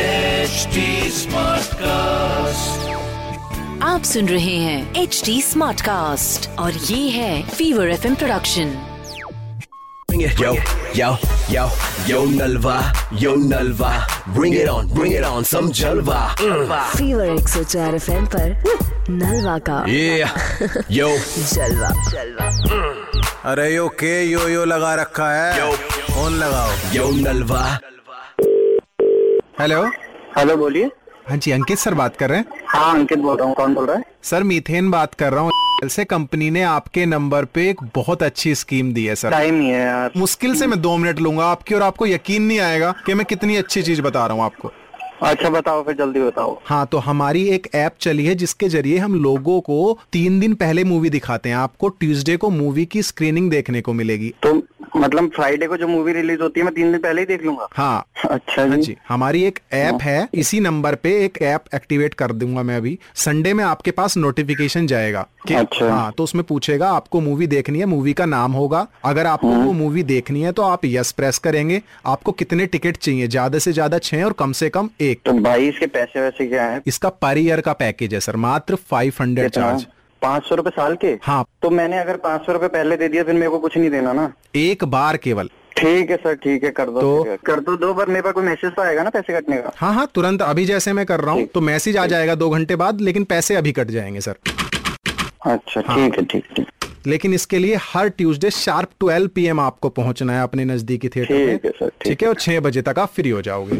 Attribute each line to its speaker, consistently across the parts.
Speaker 1: HD Smartcast.
Speaker 2: आप सुन रहे हैं एच डी स्मार्ट कास्ट और ये है fever F production
Speaker 3: Bring it, yo, yo, yo, yo, Nalva, yo, Nalva. Bring it on, bring it on, some Jalva. Mm.
Speaker 2: Fever एक सौ चार एफ एम नलवा का
Speaker 3: Yeah, yo,
Speaker 2: जलवा जलवा
Speaker 4: अरे यो के यो यो लगा रखा है
Speaker 3: Yo.
Speaker 4: फोन लगाओ
Speaker 3: yo, Nalva.
Speaker 4: हेलो
Speaker 5: हेलो बोलिए
Speaker 4: हाँ जी अंकित सर बात कर रहे हैं
Speaker 5: हाँ अंकित बोल रहा हूँ कौन बोल रहा है
Speaker 4: सर मीथेन बात कर रहा हूँ से कंपनी ने आपके नंबर पे एक बहुत अच्छी स्कीम दी है सर
Speaker 5: टाइम ही है यार
Speaker 4: मुश्किल से मैं दो मिनट लूंगा आपकी और आपको यकीन नहीं आएगा कि मैं कितनी अच्छी चीज बता रहा हूँ आपको
Speaker 5: अच्छा बताओ फिर जल्दी बताओ
Speaker 4: हाँ तो हमारी एक ऐप चली है जिसके जरिए हम लोगों को तीन दिन पहले मूवी दिखाते हैं आपको ट्यूसडे को मूवी की स्क्रीनिंग देखने को मिलेगी
Speaker 5: तो मतलब फ्राइडे को जो मूवी रिलीज होती है मैं तीन दिन पहले ही देख लूंगा
Speaker 4: हाँ
Speaker 5: अच्छा
Speaker 4: हाँ
Speaker 5: जी
Speaker 4: जी हमारी एक ऐप है इसी नंबर पे एक ऐप एक्टिवेट कर दूंगा मैं अभी संडे में आपके पास नोटिफिकेशन जाएगा कि
Speaker 5: अच्छा।
Speaker 4: हाँ तो उसमें पूछेगा आपको मूवी देखनी है मूवी का नाम होगा अगर आपको वो मूवी देखनी है तो आप यस प्रेस करेंगे आपको कितने टिकट चाहिए ज्यादा से ज्यादा छह और कम से कम एक
Speaker 5: तो भाई इसके पैसे वैसे क्या है
Speaker 4: इसका पर ईयर का पैकेज है सर मात्र फाइव हंड्रेड
Speaker 5: अच्छा।
Speaker 4: चार्ज
Speaker 5: पाँच सौ रूपये साल के
Speaker 4: हाँ
Speaker 5: तो मैंने अगर पाँच सौ रूपये पहले दे दिया फिर मेरे को कुछ नहीं देना ना
Speaker 4: एक बार केवल
Speaker 5: ठीक है सर ठीक है कर दो
Speaker 4: तो-
Speaker 5: फिर। कर दो दो बार मेरे पास कोई मैसेज तो आएगा ना पैसे कटने का
Speaker 4: हाँ हाँ तुरंत अभी जैसे मैं कर रहा हूँ तो मैसेज आ जाएगा दो घंटे बाद लेकिन पैसे अभी कट जाएंगे सर
Speaker 5: अच्छा ठीक है ठीक ठीक
Speaker 4: लेकिन इसके लिए हर ट्यूसडे शार्प 12 पीएम आपको पहुंचना है अपने नजदीकी थिएटर
Speaker 5: ठीक
Speaker 4: में
Speaker 5: है सर, ठीक
Speaker 4: ठीक है और छह बजे तक आप फ्री हो जाओगे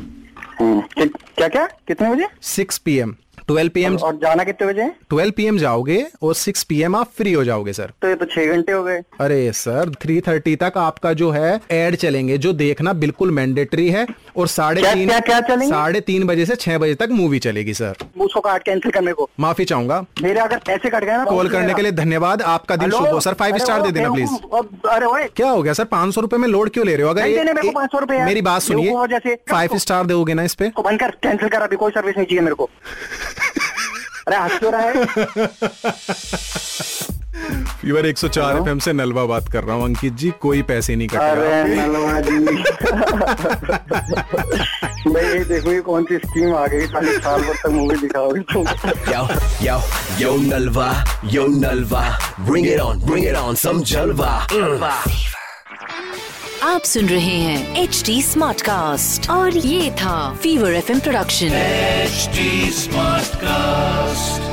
Speaker 5: हम्म, कि- क्या क्या कितने बजे
Speaker 4: सिक्स पीएम 12 पीएम
Speaker 5: और जाना कितने बजे है
Speaker 4: 12 पीएम जाओगे और 6 पीएम आप फ्री हो जाओगे सर
Speaker 5: तो ये तो छह घंटे हो गए
Speaker 4: अरे सर 3:30 तक आपका जो है एड चलेंगे जो देखना बिल्कुल मैंडेटरी है और साढ़े
Speaker 5: क्या-
Speaker 4: तीन
Speaker 5: क्या- क्या चलेंगे?
Speaker 4: साढ़े तीन बजे से छह बजे तक मूवी चलेगी सर
Speaker 5: उसको कार्ड कैंसिल करने को
Speaker 4: माफी चाहूंगा
Speaker 5: मेरे अगर पैसे कट गए ना
Speaker 4: कॉल करने के लिए धन्यवाद आपका दिन शुभ हो सर फाइव स्टार दे देना प्लीज
Speaker 5: अरे ओए
Speaker 4: क्या हो गया सर पाँच सौ रूपए में लोड क्यों ले रहे हो अगर
Speaker 5: नहीं
Speaker 4: ये-
Speaker 5: देने मेरे को
Speaker 4: ये-
Speaker 5: 500 रुपए यार।
Speaker 4: मेरी बात
Speaker 5: लोगों
Speaker 4: सुनिए
Speaker 5: को जैसे-
Speaker 4: फाइव स्टार दोगे ना इस पे
Speaker 5: को बंद कर कैंसिल कर अभी कोई सर्विस नहीं चाहिए मेरे को अरे हंस क्यों रहा है
Speaker 4: फीवर 104 एफएम से नलवा बात कर रहा हूँ अंकित जी कोई पैसे नहीं कट
Speaker 5: हाँ। अरे
Speaker 4: रहा
Speaker 5: नलवा जी भाई ये देखो ये कौन सी स्कीम आ गई खाली साल भर तक मूवी दिखाओगे तुम
Speaker 3: Yo, yo, yo, Nalva, yo, Nalva. Bring it on, bring it on, some Jalva. Mm.
Speaker 2: आप सुन रहे हैं एच डी स्मार्ट कास्ट और ये था fever F production
Speaker 1: HD Smartcast.